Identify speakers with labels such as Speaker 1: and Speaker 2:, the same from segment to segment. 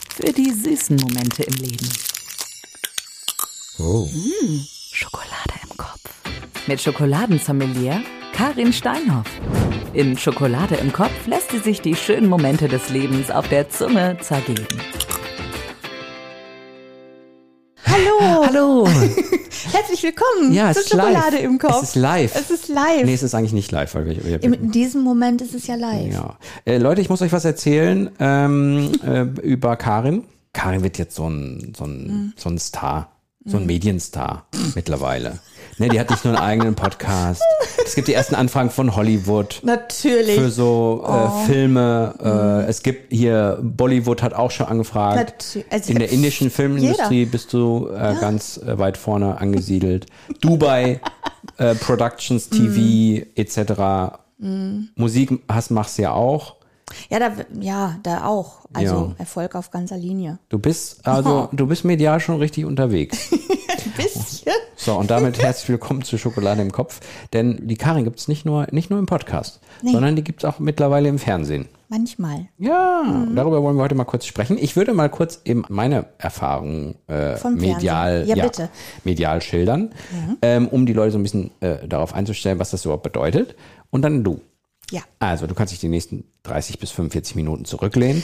Speaker 1: Für die süßen Momente im Leben. Hm,
Speaker 2: Oh.
Speaker 1: Schokolade im Kopf. Mit Schokoladensommelier Karin Steinhoff. In Schokolade im Kopf lässt sie sich die schönen Momente des Lebens auf der Zunge zergeben.
Speaker 3: Hallo,
Speaker 2: Hallo!
Speaker 3: herzlich willkommen
Speaker 2: Ja, es
Speaker 3: zur
Speaker 2: ist live.
Speaker 3: Mhm. Schokolade im Kopf.
Speaker 2: Es ist live.
Speaker 3: Es ist live.
Speaker 2: Nee, es ist eigentlich nicht live, weil wir, wir,
Speaker 3: In diesem Moment ist es ja live.
Speaker 2: ja. äh, Leute, ich muss euch was erzählen ähm, äh, über Karin. Karin wird jetzt so ein, so ein,
Speaker 3: Mhm.
Speaker 2: so ein Star, so ein Medienstar mittlerweile. Ne, die hat nicht nur einen eigenen Podcast. Es gibt die ersten Anfragen von Hollywood.
Speaker 3: Natürlich.
Speaker 2: Für so
Speaker 3: Oh.
Speaker 2: äh, Filme. Äh, es gibt hier, Bollywood hat auch schon angefragt.
Speaker 3: Natu- also,
Speaker 2: In der indischen Filmindustrie
Speaker 3: jeder.
Speaker 2: bist du äh, ganz äh, weit vorne angesiedelt. Dubai, äh, Productions,
Speaker 3: Mhm.
Speaker 2: TV, etc. Musik hast, machst ja auch.
Speaker 3: Ja, da, ja, da auch. Also
Speaker 2: Ja.
Speaker 3: Erfolg auf ganzer Linie.
Speaker 2: Du bist
Speaker 3: Oh.
Speaker 2: also, du bist medial schon richtig unterwegs.
Speaker 3: Ein bisschen.
Speaker 2: So, und damit herzlich willkommen zu Schokolade im Kopf. Denn die Karin gibt's nicht nur, nicht nur im Podcast, sondern die gibt's auch mittlerweile im Fernsehen.
Speaker 3: Manchmal.
Speaker 2: Ja,
Speaker 3: Mhm.
Speaker 2: darüber wollen wir heute mal kurz sprechen. Ich würde mal kurz eben meine Erfahrungen äh,
Speaker 3: Vom Fernsehen.
Speaker 2: medial,
Speaker 3: Ja, bitte.
Speaker 2: medial schildern, ähm, um die Leute so ein bisschen äh, darauf einzustellen, was das überhaupt bedeutet. Und dann du.
Speaker 3: Ja.
Speaker 2: Also, du kannst dich die nächsten 30 bis 45 Minuten zurücklehnen.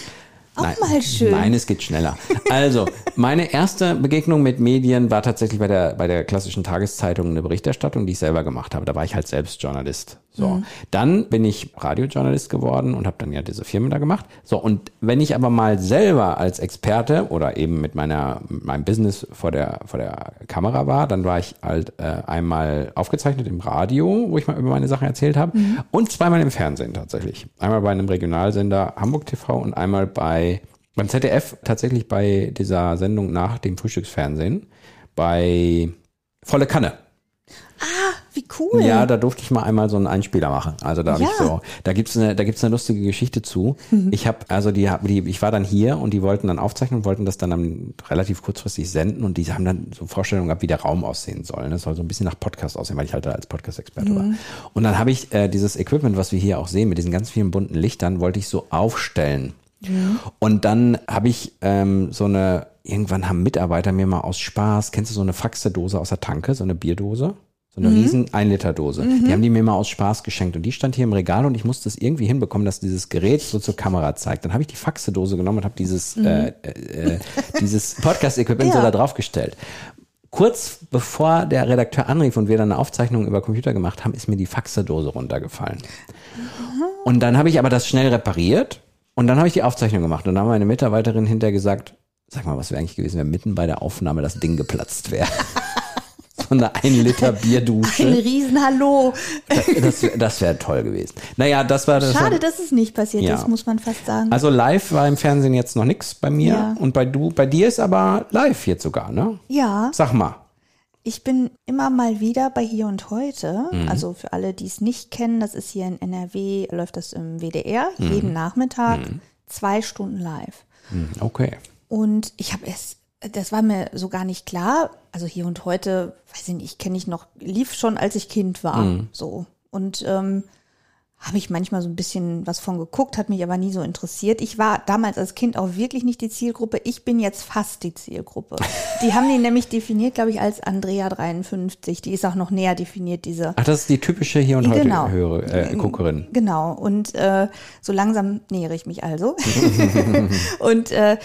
Speaker 3: Auch mal schön.
Speaker 2: Nein, es geht schneller. Also, meine erste Begegnung mit Medien war tatsächlich bei der, bei der klassischen Tageszeitung eine Berichterstattung, die ich selber gemacht habe. Da war ich halt selbst Journalist. So. Dann bin ich Radiojournalist geworden und habe dann ja diese Firma da gemacht. So, und wenn ich aber mal selber als Experte oder eben mit meiner, mit meinem Business vor der, vor der Kamera war, dann war ich halt äh, einmal aufgezeichnet im Radio, wo ich mal über meine Sachen erzählt habe, und zweimal im Fernsehen tatsächlich. Einmal bei einem Regionalsender Hamburg TV und einmal bei beim ZDF tatsächlich bei dieser Sendung nach dem Frühstücksfernsehen bei Volle Kanne.
Speaker 3: Wie cool.
Speaker 2: Ja, da durfte ich mal einmal so einen Einspieler machen. Also da habe ich
Speaker 3: Ja. Mhm.
Speaker 2: so, da gibt's eine, da gibt's eine lustige Geschichte zu. Ich habe also die, hab- die, ich war dann hier und die wollten dann aufzeichnen und wollten das dann am, relativ kurzfristig senden und die haben dann so Vorstellungen gehabt, wie der Raum aussehen soll. Das soll so ein bisschen nach Podcast aussehen, weil ich halt da als Podcast-Experte
Speaker 3: Mhm.
Speaker 2: war. Und dann habe ich äh, dieses Equipment, was wir hier auch sehen, mit diesen ganz vielen bunten Lichtern, wollte ich so aufstellen. Und dann habe ich ähm, so eine, irgendwann haben Mitarbeiter mir mal aus Spaß, kennst du so eine Faxedose aus der Tanke, so eine Bierdose? So
Speaker 3: Mhm.
Speaker 2: eine riesen 1 Liter Dose. Die haben die mir mal aus Spaß geschenkt und die stand hier im Regal und ich musste es irgendwie hinbekommen, dass dieses Gerät so zur Kamera zeigt. Dann habe ich die Faxedose genommen und habe dieses, äh, äh, äh, dieses Podcast-Equipment so
Speaker 3: Mhm. Ja.
Speaker 2: da draufgestellt. Kurz bevor der Redakteur anrief und wir dann eine Aufzeichnung über Computer gemacht haben, ist mir die Faxedose runtergefallen. Und dann habe ich aber das schnell repariert und dann habe ich die Aufzeichnung gemacht. Und dann haben meine Mitarbeiterin hinterher gesagt, sag mal, was wäre eigentlich gewesen, wenn mitten bei der Aufnahme das Ding geplatzt wäre. so eine 1 Liter
Speaker 3: Ein
Speaker 2: Bierdusche.
Speaker 3: Riesenhallo.
Speaker 2: Das, das wäre toll gewesen. Naja, das war das.
Speaker 3: Schade,
Speaker 2: war,
Speaker 3: dass es nicht passiert
Speaker 2: Ja.
Speaker 3: ist, muss man fast sagen.
Speaker 2: also live war im Fernsehen jetzt noch nix bei mir.
Speaker 3: Ja.
Speaker 2: Und bei du, bei dir ist aber live jetzt sogar, ne?
Speaker 3: ja,
Speaker 2: Sag mal.
Speaker 3: ich bin immer mal wieder bei Hier und Heute. Also für alle, die es nicht kennen, das ist hier in NRW, läuft das im WDR jeden Nachmittag zwei Stunden live.
Speaker 2: Hm, Okay.
Speaker 3: Und ich habe es, das war mir so gar nicht klar. Also hier und heute, weiß ich nicht, kenne ich noch, lief schon, als ich Kind war. So. Und ähm, habe ich manchmal so ein bisschen was von geguckt, hat mich aber nie so interessiert. Ich war damals als Kind auch wirklich nicht die Zielgruppe. Ich bin jetzt fast die Zielgruppe. Die haben den nämlich definiert, glaube ich, als Andrea 53. Die ist auch noch näher definiert, diese
Speaker 2: Ach, das ist die typische hier und heute
Speaker 3: Genau.
Speaker 2: höre, äh, Guckerin.
Speaker 3: Genau, und äh, so langsam nähere ich mich also. und äh,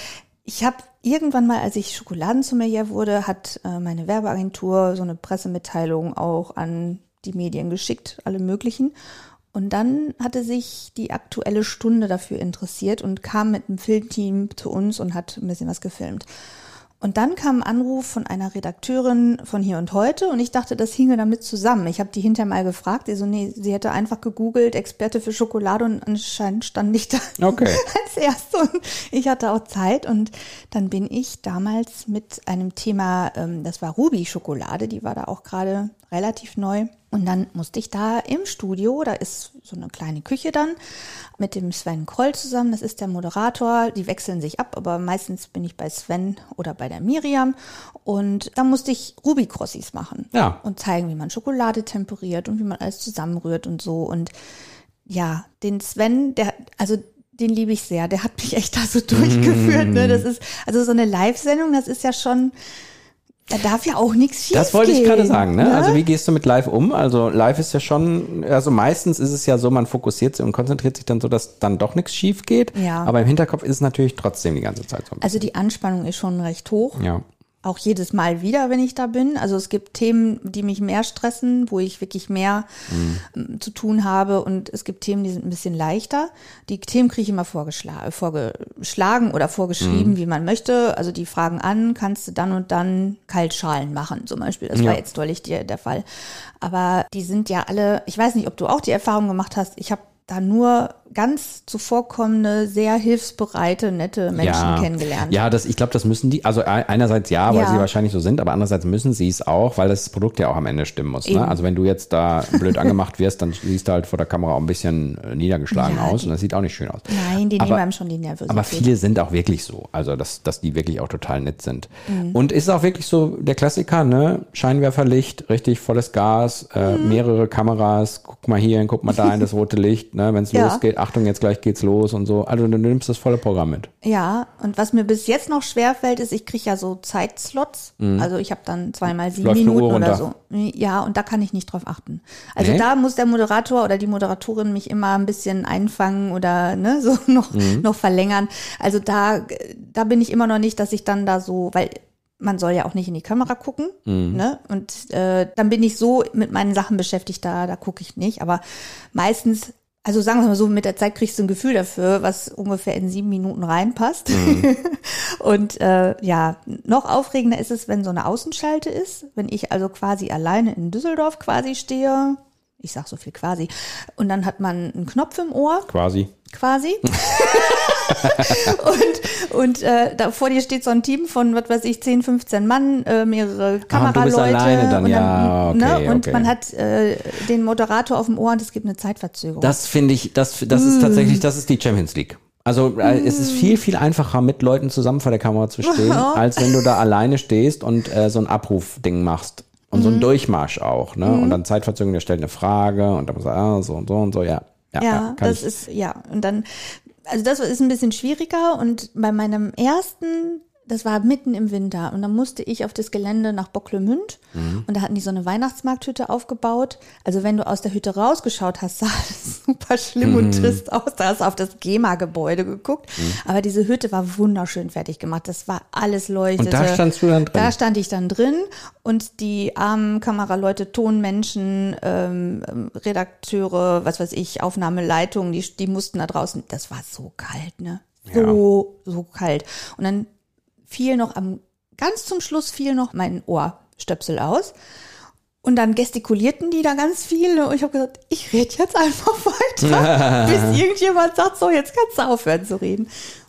Speaker 3: ich habe irgendwann mal, als ich Schokoladensommelier wurde, hat äh, meine Werbeagentur so eine Pressemitteilung auch an die Medien geschickt, alle möglichen. Und dann hatte sich die aktuelle Stunde dafür interessiert und kam mit einem Filmteam zu uns und hat ein bisschen was gefilmt. Und dann kam ein Anruf von einer Redakteurin von hier und heute und ich dachte, das hinge damit zusammen. Ich habe die hinterher mal gefragt, die so, nee, sie hätte einfach gegoogelt, Experte für Schokolade und anscheinend stand ich da
Speaker 2: Okay.
Speaker 3: als erste und ich hatte auch Zeit und dann bin ich damals mit einem Thema, ähm, das war Ruby-Schokolade, die war da auch gerade relativ neu und dann musste ich da im Studio, da ist so eine kleine Küche dann, mit dem Sven Kroll zusammen, das ist der Moderator, die wechseln sich ab, aber meistens bin ich bei Sven oder bei der Miriam und da musste ich Ruby-Crossis machen
Speaker 2: Ja.
Speaker 3: und zeigen, wie man Schokolade temperiert und wie man alles zusammenrührt und so und ja, den Sven, der, also den liebe ich sehr. Der hat mich echt da
Speaker 2: Mm.
Speaker 3: so durchgeführt. Ne? Das ist, also so eine Live-Sendung, das ist ja schon, da darf ja auch nichts schief
Speaker 2: Das wollte ich gerade sagen, ne? Also wie gehst du mit live um? Also live ist ja schon, also meistens ist es ja so, man fokussiert sich und konzentriert sich dann so, dass dann doch nichts schief geht.
Speaker 3: Ja.
Speaker 2: Aber im Hinterkopf ist es natürlich trotzdem die ganze Zeit so. ein
Speaker 3: Also die Anspannung ist schon recht hoch.
Speaker 2: bisschen. ja.
Speaker 3: Auch jedes Mal wieder, wenn ich da bin. Also es gibt Themen, die mich mehr stressen, wo ich wirklich mehr
Speaker 2: Mhm.
Speaker 3: ähm, zu tun habe. Und es gibt Themen, die sind ein bisschen leichter. Die Themen kriege ich immer vorgeschla- äh, vorgeschlagen oder vorgeschrieben,
Speaker 2: Mhm.
Speaker 3: wie man möchte. Also die fragen an, kannst du dann und dann Kaltschalen machen zum Beispiel. Das war
Speaker 2: Ja.
Speaker 3: jetzt deutlich der, der Fall. Aber die sind ja alle, ich weiß nicht, ob du auch die Erfahrung gemacht hast. Ich habe da nur ganz zuvorkommende, sehr hilfsbereite, nette Menschen
Speaker 2: ja.
Speaker 3: kennengelernt.
Speaker 2: Ja, das, ich glaube, das müssen die, also ein- einerseits ja, weil
Speaker 3: Ja.
Speaker 2: sie wahrscheinlich so sind, aber andererseits müssen sie es auch, weil das Produkt ja auch am Ende stimmen muss.
Speaker 3: Eben.
Speaker 2: Ne? Also wenn du jetzt da blöd angemacht wirst, dann siehst du halt vor der Kamera auch ein bisschen äh, niedergeschlagen
Speaker 3: Ja,
Speaker 2: aus
Speaker 3: die-
Speaker 2: und das sieht auch nicht schön aus.
Speaker 3: Nein, die
Speaker 2: Aber-
Speaker 3: nehmen einem schon die Nervosität.
Speaker 2: Aber viele sind auch wirklich so, also dass, dass die wirklich auch total nett sind.
Speaker 3: Mhm.
Speaker 2: Und ist auch wirklich so der Klassiker, ne? Scheinwerferlicht, richtig volles Gas, äh,
Speaker 3: Mhm.
Speaker 2: mehrere Kameras, guck mal hier, hin, guck mal da in das rote Licht, ne? Wenn es
Speaker 3: Ja.
Speaker 2: losgeht, Achtung, jetzt gleich geht's los und so. Also du nimmst das volle Programm mit.
Speaker 3: Ja, und was mir bis jetzt noch schwerfällt, ist, ich kriege ja so Zeitslots. Also ich habe dann zweimal sieben
Speaker 2: Mhm. Läuft eine
Speaker 3: Minuten
Speaker 2: Uhr
Speaker 3: oder so.
Speaker 2: runter.
Speaker 3: Ja, und da kann ich nicht drauf achten. Also
Speaker 2: Nee?
Speaker 3: da muss der Moderator oder die Moderatorin mich immer ein bisschen einfangen oder ne, so noch, noch verlängern. Also da, da bin ich immer noch nicht, dass ich dann da so, weil man soll ja auch nicht in die Kamera gucken. Ne? Und äh, dann bin ich so mit meinen Sachen beschäftigt, da, da gucke ich nicht. Aber meistens, also sagen wir mal so, mit der Zeit kriegst du ein Gefühl dafür, was ungefähr in sieben Minuten reinpasst. Und äh, ja, noch aufregender ist es, wenn so eine Außenschalte ist, wenn ich also quasi alleine in Düsseldorf quasi stehe. Ich sag so viel quasi. Und dann hat man einen Knopf im Ohr
Speaker 2: Quasi.
Speaker 3: quasi. und und äh, da vor dir steht so ein Team von, was weiß ich, 10, 15 Mann, äh, mehrere
Speaker 2: Ah,
Speaker 3: Kameraleute.
Speaker 2: du bist alleine dann,
Speaker 3: und ne,
Speaker 2: ja, okay,
Speaker 3: Und
Speaker 2: okay.
Speaker 3: man hat äh, den Moderator auf dem Ohr und es gibt eine Zeitverzögerung.
Speaker 2: Das finde ich, das, das ist
Speaker 3: Mm.
Speaker 2: tatsächlich, das ist die Champions League. Also äh, es ist viel, viel einfacher, mit Leuten zusammen vor der Kamera zu stehen, als wenn du da alleine stehst und äh, so ein Abrufding machst. Und
Speaker 3: Mm.
Speaker 2: so ein Durchmarsch auch, ne? Und dann Zeitverzögerung, der stellt eine Frage und dann muss er, ah, so und so und so, ja. Ja,
Speaker 3: ja,
Speaker 2: kann
Speaker 3: das
Speaker 2: ich.
Speaker 3: ist, ja, und dann, also das ist ein bisschen schwieriger und bei meinem ersten, das war mitten im Winter und dann musste ich auf das Gelände nach Bocklemünd
Speaker 2: Mhm.
Speaker 3: und da hatten die so eine Weihnachtsmarkthütte aufgebaut. Also wenn du aus der Hütte rausgeschaut hast, sah das super schlimm
Speaker 2: Mhm.
Speaker 3: und trist aus. Da hast du auf das GEMA-Gebäude geguckt. Aber diese Hütte war wunderschön fertig gemacht. Das war alles leuchtete.
Speaker 2: und da standst du dann drin.
Speaker 3: Da stand ich dann drin und die armen Kameraleute, Tonmenschen, ähm, ähm, Redakteure, was weiß ich, Aufnahmeleitungen, die, die mussten da draußen. Das war so kalt, ne? So, so kalt. Und dann fiel noch am, ganz zum Schluss fiel noch mein Ohrstöpsel aus. Und dann gestikulierten die da ganz viel ne? und ich habe gesagt, ich rede jetzt einfach weiter, bis irgendjemand sagt, so, jetzt kannst du aufhören zu reden.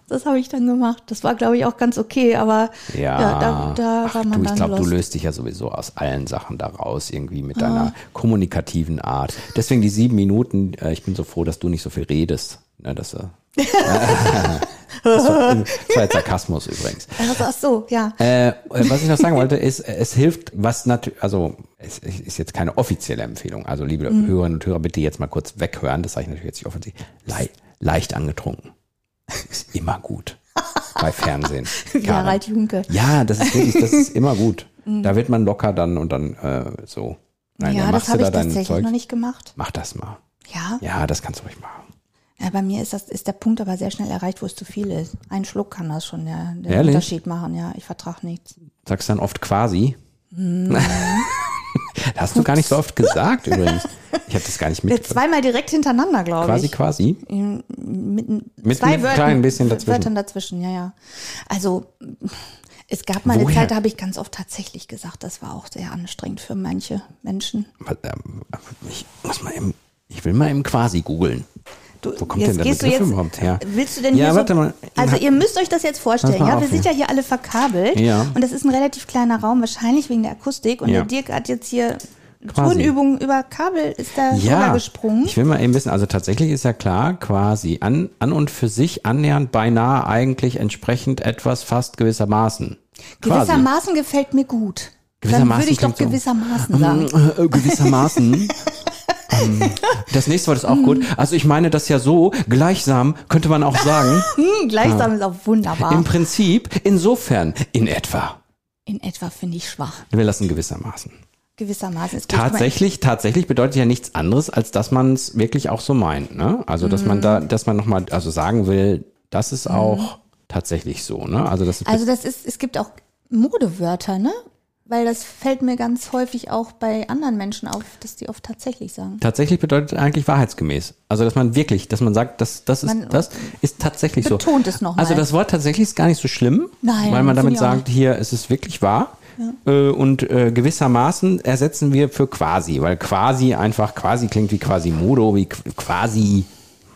Speaker 3: Das habe ich dann gemacht. Das war, glaube ich, auch ganz okay, aber ja,
Speaker 2: ja,
Speaker 3: da, da
Speaker 2: Ach,
Speaker 3: war man
Speaker 2: du, ich
Speaker 3: dann
Speaker 2: glaube, du
Speaker 3: lost.
Speaker 2: löst dich ja sowieso aus allen Sachen daraus, irgendwie mit deiner kommunikativen Art. Deswegen die sieben Minuten, äh, ich bin so froh, dass du nicht so viel redest. Ne, dass, äh, das, war, das war jetzt Sarkasmus übrigens.
Speaker 3: Also, ach so, ja.
Speaker 2: Äh, was ich noch sagen wollte, ist, äh, es hilft, was natürlich, also es ist jetzt keine offizielle Empfehlung. Also liebe
Speaker 3: Mhm.
Speaker 2: Hörerinnen und Hörer, bitte jetzt mal kurz weghören, das sage ich natürlich jetzt nicht offensichtlich. Lei leicht angetrunken. Ist immer gut. Bei Fernsehen.
Speaker 3: Wie
Speaker 2: Äh, Karin.
Speaker 3: Harald Junke.
Speaker 2: Ja, das ist wirklich, das ist immer gut. Da wird man locker dann und dann äh, so. Nein,
Speaker 3: ja,
Speaker 2: dann
Speaker 3: das
Speaker 2: machst
Speaker 3: habe
Speaker 2: du
Speaker 3: ich
Speaker 2: da dein
Speaker 3: tatsächlich
Speaker 2: Zeug.
Speaker 3: noch nicht gemacht.
Speaker 2: Mach das mal.
Speaker 3: Ja. ja.
Speaker 2: Ja, das kannst du ruhig machen.
Speaker 3: Bei mir ist das ist der Punkt aber sehr schnell erreicht, wo es zu viel ist. Ein Schluck kann das schon der, den
Speaker 2: Ehrlich?
Speaker 3: Unterschied machen, ja. Ich vertrage nichts.
Speaker 2: Sagst dann oft quasi.
Speaker 3: Mhm.
Speaker 2: das hast du gar nicht so oft gesagt übrigens. Ich habe das gar
Speaker 3: Jetzt
Speaker 2: nicht mitbekommen.
Speaker 3: zweimal direkt hintereinander, glaube
Speaker 2: Äh, Quasi,
Speaker 3: ich.
Speaker 2: quasi.
Speaker 3: Mit,
Speaker 2: Mit einem kleinen bisschen dazwischen.
Speaker 3: Wörtern dazwischen, ja, ja. Also es gab mal eine
Speaker 2: Woher?
Speaker 3: Zeit, da habe ich ganz oft tatsächlich gesagt, das war auch sehr anstrengend für manche Menschen.
Speaker 2: Was, ähm, Ich muss mal eben, ich will mal eben quasi googeln.
Speaker 3: Du,
Speaker 2: Wo kommt denn der
Speaker 3: gehst du
Speaker 2: Begriff überhaupt her?
Speaker 3: Willst du denn
Speaker 2: Ja,
Speaker 3: hier
Speaker 2: warte
Speaker 3: so,
Speaker 2: mal.
Speaker 3: Also ihr müsst euch das jetzt vorstellen,
Speaker 2: Pass mal
Speaker 3: ja,
Speaker 2: auf
Speaker 3: wir sind
Speaker 2: hier.
Speaker 3: ja hier alle verkabelt
Speaker 2: Ja.
Speaker 3: und das ist ein relativ kleiner Raum, wahrscheinlich wegen der Akustik und
Speaker 2: Ja.
Speaker 3: der Dirk hat jetzt hier
Speaker 2: Quasi.
Speaker 3: Turnübungen über Kabel ist da drüber
Speaker 2: Ja,
Speaker 3: gesprungen.
Speaker 2: ich will mal eben wissen, also tatsächlich ist ja klar, quasi an, an und für sich annähernd, beinahe, eigentlich, entsprechend, etwas, fast, gewissermaßen. Quasi.
Speaker 3: Gewissermaßen gefällt mir gut. Dann
Speaker 2: Gewissermaßen Mhm.
Speaker 3: würde ich doch
Speaker 2: klingt so.
Speaker 3: gewissermaßen sagen.
Speaker 2: Äh, Mm, gewissermaßen. Ähm, das nächste Wort ist auch
Speaker 3: Mm.
Speaker 2: gut. Also ich meine das ja so, gleichsam könnte man auch sagen.
Speaker 3: Hm, gleichsam ist auch
Speaker 2: Im
Speaker 3: wunderbar.
Speaker 2: Prinzip, insofern, in etwa.
Speaker 3: In etwa finde ich schwach.
Speaker 2: Wir lassen gewissermaßen.
Speaker 3: Gewissermaßen ist
Speaker 2: Tatsächlich, tatsächlich bedeutet ja nichts anderes, als dass man es wirklich auch so meint. Ne? Also, dass man
Speaker 3: Mhm.
Speaker 2: da, dass man nochmal also sagen will, das ist auch tatsächlich so. Ne? Also, das ist
Speaker 3: Also das ist, es gibt auch Modewörter, ne? Weil das fällt mir ganz häufig auch bei anderen Menschen auf, dass die oft tatsächlich sagen.
Speaker 2: tatsächlich bedeutet eigentlich wahrheitsgemäß. Also, dass man wirklich, dass man sagt, das, das ist,
Speaker 3: Man
Speaker 2: das ist tatsächlich so.
Speaker 3: betont es noch mal.
Speaker 2: Also, das Wort tatsächlich ist gar nicht so schlimm,
Speaker 3: Nein,
Speaker 2: weil
Speaker 3: finde
Speaker 2: man damit
Speaker 3: ich auch
Speaker 2: sagt, hier, es ist wirklich wahr. Äh, Und äh, gewissermaßen ersetzen wir für quasi, weil quasi einfach quasi klingt wie quasi Modo, wie qu- quasi.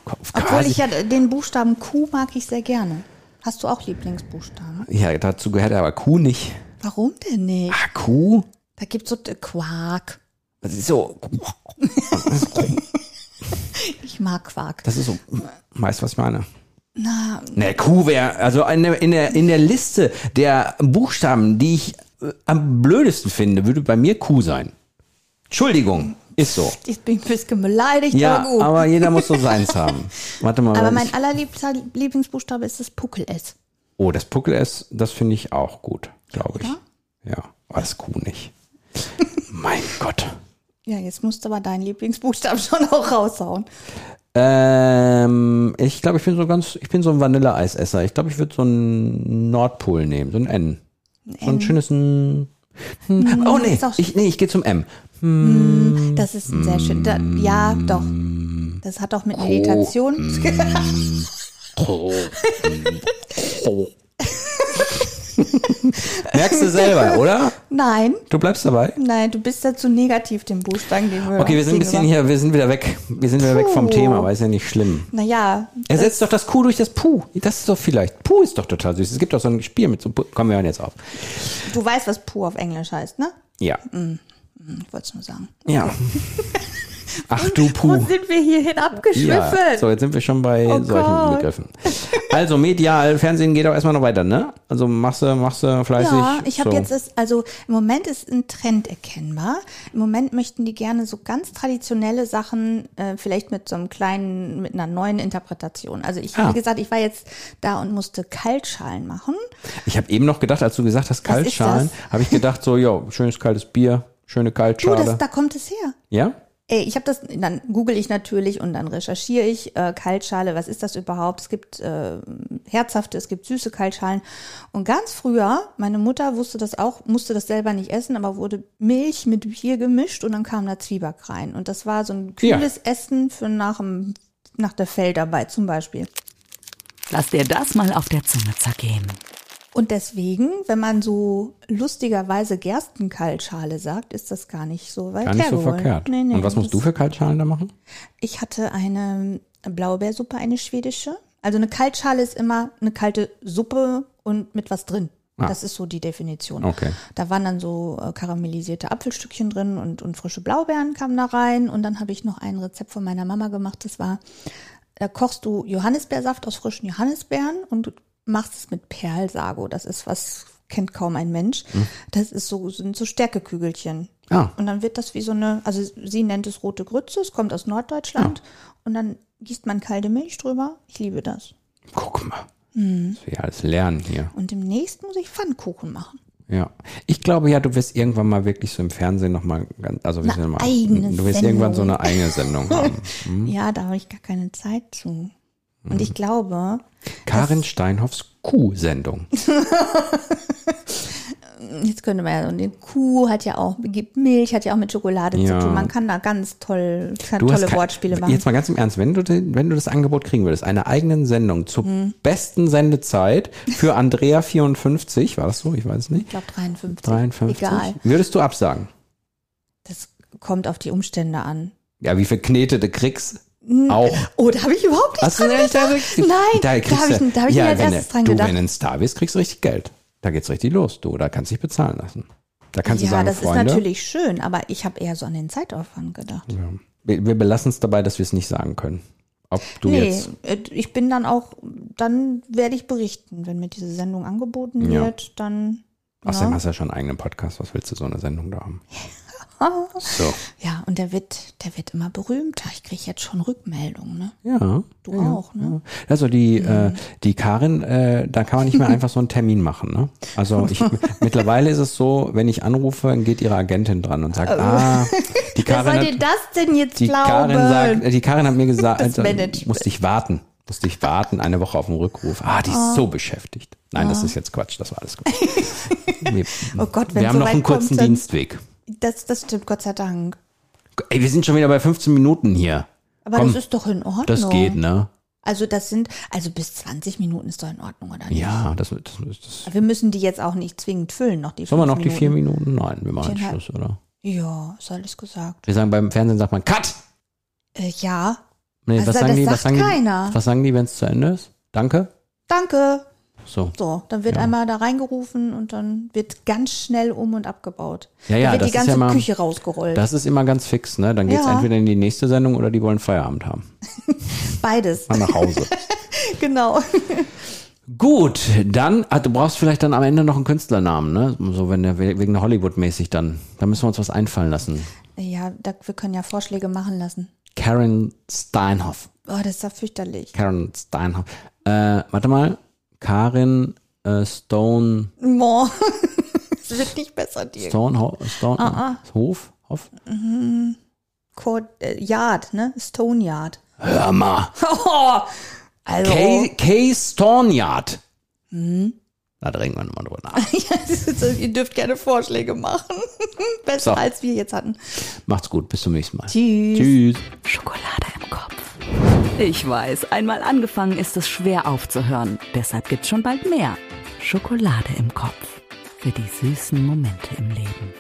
Speaker 3: Obwohl
Speaker 2: Also
Speaker 3: ich ja den Buchstaben Q mag ich sehr gerne. Hast du auch Lieblingsbuchstaben?
Speaker 2: Ja, dazu gehört aber Kuh nicht.
Speaker 3: Warum denn nicht?
Speaker 2: Ah, Kuh?
Speaker 3: Da gibt's so äh, Quark.
Speaker 2: Das ist so,
Speaker 3: Ich mag Quark.
Speaker 2: das ist so, weißt du, was ich meine?
Speaker 3: Na,
Speaker 2: Ne, Kuh wäre, also in der, in, der, in der Liste der Buchstaben, die ich äh, am blödesten finde, würde bei mir Kuh sein. Entschuldigung, ist so.
Speaker 3: ich bin ein bisschen beleidigt,
Speaker 2: Ja,
Speaker 3: aber gut.
Speaker 2: aber jeder muss so seins haben. Warte mal.
Speaker 3: aber
Speaker 2: wenn
Speaker 3: mein
Speaker 2: ich,
Speaker 3: allerliebster Lieblingsbuchstabe ist das Puckel-S.
Speaker 2: oh, das Puckel S, das finde ich auch gut, glaube ich. Ja, aber das Kuh nicht. mein Gott.
Speaker 3: Ja, jetzt musst du aber deinen Lieblingsbuchstaben schon auch raushauen.
Speaker 2: Ähm, ich glaube, ich bin so ganz, ich bin so ein Vanilleeisesser. Ich glaube, ich würde so einen Nordpol nehmen, so ein N. So ein schönes N. Hm. Oh nee,
Speaker 3: ist auch-
Speaker 2: ich, nee, ich gehe zum M.
Speaker 3: Das ist ein sehr schön. Da, ja, doch. Das hat auch mit Meditation.
Speaker 2: mm. Merkst du selber, oder?
Speaker 3: nein,
Speaker 2: Du bleibst dabei.
Speaker 3: nein, du bist dazu negativ dem Buchstaben gegenüber.
Speaker 2: Okay, wir sind ein bisschen hier, wir sind wieder weg. Wir sind wieder weg vom
Speaker 3: Puh.
Speaker 2: Thema, aber ist ja nicht schlimm.
Speaker 3: Naja,
Speaker 2: Ersetzt doch das Kuh durch das Puh. Das ist doch vielleicht. Puh ist doch total süß. Es gibt doch so ein Spiel mit so. Puh. Komm, wir hören jetzt auf.
Speaker 3: du weißt, was Pur auf Englisch heißt, ne?
Speaker 2: Ja.
Speaker 3: Hm, Ich wollte es nur sagen.
Speaker 2: Ja. Ach du
Speaker 3: Wo
Speaker 2: Puh.
Speaker 3: sind wir hierhin abgeschwiffen?
Speaker 2: Ja, so, jetzt sind wir schon bei
Speaker 3: Oh
Speaker 2: solchen
Speaker 3: Gott.
Speaker 2: Begriffen. Also, medial, Fernsehen geht auch erstmal noch weiter, ne? Also, machst du, machst du fleißig.
Speaker 3: Ja, ich habe
Speaker 2: so.
Speaker 3: jetzt, das, also im Moment ist ein Trend erkennbar. Im Moment möchten die gerne so ganz traditionelle Sachen, äh, vielleicht mit so einem kleinen, mit einer neuen Interpretation. Also ich,
Speaker 2: Ah.
Speaker 3: wie gesagt, ich war jetzt da und musste Kaltschalen machen.
Speaker 2: Ich habe eben noch gedacht, als du gesagt hast,
Speaker 3: Was ist
Speaker 2: Kaltschalen, habe ich gedacht, so, jo, schönes kaltes Bier, schöne
Speaker 3: Du,
Speaker 2: Kaltschale.
Speaker 3: das, da kommt es her.
Speaker 2: ja?
Speaker 3: Ey, ich habe das, dann google ich natürlich und dann recherchiere ich äh, Kaltschale, was ist das überhaupt? Es gibt äh, herzhafte, es gibt süße Kaltschalen. Und ganz früher, meine Mutter wusste das auch, musste das selber nicht essen, aber wurde Milch mit Bier gemischt und dann kam da Zwieback rein. Und das war so ein
Speaker 2: Ja.
Speaker 3: kühles Essen für nach, dem, nach der Feldarbeit zum Beispiel.
Speaker 1: Lass dir das mal auf der Zunge zergehen.
Speaker 3: Und deswegen, wenn man so lustigerweise Gerstenkaltschale sagt, ist das gar nicht so weit
Speaker 2: Gar nicht so
Speaker 3: hergeholt.
Speaker 2: verkehrt.
Speaker 3: Nee, nee,
Speaker 2: Und was musst
Speaker 3: das-
Speaker 2: du für Kaltschalen da machen?
Speaker 3: Ich hatte eine Blaubeersuppe, eine schwedische. Also eine Kaltschale ist immer eine kalte Suppe und mit was drin. Das ist so die Definition.
Speaker 2: Okay.
Speaker 3: Da waren dann so äh, karamellisierte Apfelstückchen drin und, und frische Blaubeeren kamen da rein. Und dann habe ich noch ein Rezept von meiner Mama gemacht. Das war, da kochst du Johannisbeersaft aus frischen Johannisbeeren und machst es mit Perlsago. Das ist was, kennt kaum ein Mensch. Das ist so, sind so Stärkekügelchen.
Speaker 2: Ah.
Speaker 3: Und dann wird das wie so eine, also sie nennt es rote Grütze, es kommt aus Norddeutschland. Und dann gießt man kalte Milch drüber. Ich liebe das.
Speaker 2: Guck mal.
Speaker 3: Mhm.
Speaker 2: Das will ja alles lernen hier.
Speaker 3: Und demnächst muss ich Pfannkuchen machen.
Speaker 2: Ja. Ich glaube ja, du wirst irgendwann mal wirklich so im Fernsehen nochmal ganz, also wirst
Speaker 3: Eine
Speaker 2: du mal,
Speaker 3: eigene
Speaker 2: du wirst irgendwann so
Speaker 3: Sendung.
Speaker 2: eine eigene Sendung haben.
Speaker 3: Ja, da habe ich gar keine Zeit zu. Und
Speaker 2: Mhm.
Speaker 3: ich glaube,
Speaker 2: Karin Steinhoffs Kuh-Sendung.
Speaker 3: jetzt könnte man ja, und die Kuh hat ja auch, gibt Milch, hat ja auch mit Schokolade
Speaker 2: Ja.
Speaker 3: zu tun. Man kann da ganz toll, kann
Speaker 2: Du hast
Speaker 3: tolle
Speaker 2: kein-
Speaker 3: Wortspiele machen.
Speaker 2: Jetzt mal ganz im Ernst, wenn du, den- wenn du das Angebot kriegen würdest, einer eigenen Sendung zur besten Sendezeit für Andrea 54, war das so? Ich weiß nicht.
Speaker 3: ich glaube 53.
Speaker 2: 53.
Speaker 3: Egal.
Speaker 2: Würdest du absagen?
Speaker 3: Das kommt auf die Umstände an.
Speaker 2: Ja, wie viel Knete du kriegst? Auch.
Speaker 3: Oh, da habe ich überhaupt nicht
Speaker 2: Hast du nicht da richtig?
Speaker 3: Nein, da
Speaker 2: kriegst
Speaker 3: hab ich-
Speaker 2: du-
Speaker 3: da hab ich mir als
Speaker 2: wenn
Speaker 3: erstes
Speaker 2: du-
Speaker 3: dran
Speaker 2: du,
Speaker 3: gedacht.
Speaker 2: Wenn du ein Star bist, kriegst du richtig Geld. Da geht's richtig los, du. Da kannst du dich bezahlen lassen. Da kannst
Speaker 3: ja,
Speaker 2: du sagen,
Speaker 3: das
Speaker 2: Freunde,
Speaker 3: ist natürlich schön, aber ich habe eher so an den Zeitaufwand gedacht.
Speaker 2: ja, wir, wir belassen es dabei, dass wir es nicht sagen können. Ob du
Speaker 3: nee,
Speaker 2: jetzt
Speaker 3: äh, ich bin dann auch, dann werde ich berichten, wenn mir diese Sendung angeboten
Speaker 2: Ja.
Speaker 3: wird, dann.
Speaker 2: Außerdem
Speaker 3: ne?
Speaker 2: hast du ja schon einen eigenen Podcast. Was willst du so eine Sendung da haben? So.
Speaker 3: Ja, und der wird, der wird immer berühmter. Ich kriege jetzt schon Rückmeldungen, ne?
Speaker 2: Ja.
Speaker 3: Du
Speaker 2: ja,
Speaker 3: auch, ne?
Speaker 2: ja. Also die, äh, die Karin, äh, da kann man nicht mehr einfach so einen Termin machen. Ne? Also ich, mittlerweile ist es so, wenn ich anrufe, dann geht ihre Agentin dran und sagt, ah, die
Speaker 3: Oh. Wer
Speaker 2: Karin,
Speaker 3: soll dir
Speaker 2: hat,
Speaker 3: das denn jetzt
Speaker 2: die
Speaker 3: glauben?
Speaker 2: Karin sagt, äh, die Karin hat mir gesagt,
Speaker 3: Das
Speaker 2: also,
Speaker 3: Management.
Speaker 2: musste ich warten, musste ich warten eine Woche auf den Rückruf. Ah, die ist so beschäftigt. Nein, das ist jetzt Quatsch, das war alles gut. Wir,
Speaker 3: Ah. oh Gott, wenn
Speaker 2: wir haben
Speaker 3: so
Speaker 2: noch
Speaker 3: weit
Speaker 2: einen kurzen
Speaker 3: kommt, dann-
Speaker 2: Dienstweg.
Speaker 3: Das, das stimmt, Gott sei Dank.
Speaker 2: Ey, wir sind schon wieder bei 15 Minuten hier.
Speaker 3: Aber
Speaker 2: Komm,
Speaker 3: das ist doch in Ordnung.
Speaker 2: das geht, ne?
Speaker 3: Also das sind, also bis 20 Minuten ist doch in Ordnung, oder nicht?
Speaker 2: Ja, das, das, das
Speaker 3: Wir müssen die jetzt auch nicht zwingend füllen, noch die
Speaker 2: Sollen wir noch
Speaker 3: fünf
Speaker 2: die
Speaker 3: Minuten.
Speaker 2: vier Minuten? Nein, wir machen
Speaker 3: Viereinhalb.
Speaker 2: Schluss, oder?
Speaker 3: Ja, ist alles gesagt.
Speaker 2: Wir sagen beim Fernsehen sagt man Cut!
Speaker 3: Äh, ja,
Speaker 2: Nee,
Speaker 3: Also
Speaker 2: was
Speaker 3: das
Speaker 2: sagen die, was
Speaker 3: sagt
Speaker 2: sagen
Speaker 3: keiner.
Speaker 2: die, was sagen die, wenn es zu Ende ist? Danke.
Speaker 3: danke.
Speaker 2: So.
Speaker 3: So, dann wird einmal da reingerufen und dann wird ganz schnell um und abgebaut.
Speaker 2: Ja,
Speaker 3: dann
Speaker 2: ja,
Speaker 3: wird
Speaker 2: das
Speaker 3: die
Speaker 2: ist
Speaker 3: ganze
Speaker 2: ja mal-
Speaker 3: Küche rausgerollt.
Speaker 2: Das ist immer ganz fix, ne? Dann geht's
Speaker 3: Ja.
Speaker 2: entweder in die nächste Sendung oder die wollen Feierabend haben.
Speaker 3: Beides,
Speaker 2: Mal nach Hause.
Speaker 3: genau.
Speaker 2: Gut, dann, ah, du brauchst vielleicht dann am Ende noch einen Künstlernamen, ne? So, wenn der we- wegen der Hollywood-mäßig dann. Da müssen wir uns was einfallen lassen.
Speaker 3: Ja, da, wir können ja Vorschläge machen lassen.
Speaker 2: Karen Steinhoff.
Speaker 3: Oh, das ist ja fürchterlich.
Speaker 2: Karen Steinhoff. Äh, warte mal. Karin äh, Stone.
Speaker 3: Boah, es wird nicht besser, dir.
Speaker 2: Stonehof? Stone, äh,
Speaker 3: Ah,
Speaker 2: Hof? Hof?
Speaker 3: Yard, ne? Stone Yard.
Speaker 2: Hör mal.
Speaker 3: Oh, also.
Speaker 2: Kay, Kay Stornyard.
Speaker 3: Hm?
Speaker 2: Da drehen wir nochmal drüber nach.
Speaker 3: Ja, das ist so, ihr dürft gerne Vorschläge machen. Besser
Speaker 2: So.
Speaker 3: als wir jetzt hatten.
Speaker 2: Macht's gut, bis zum nächsten Mal.
Speaker 3: Tschüss.
Speaker 2: Tschüss.
Speaker 1: Schokolade im Kopf. Ich weiß, einmal angefangen ist es schwer aufzuhören. Deshalb gibt's schon bald mehr. Schokolade im Kopf. Für die süßen Momente im Leben.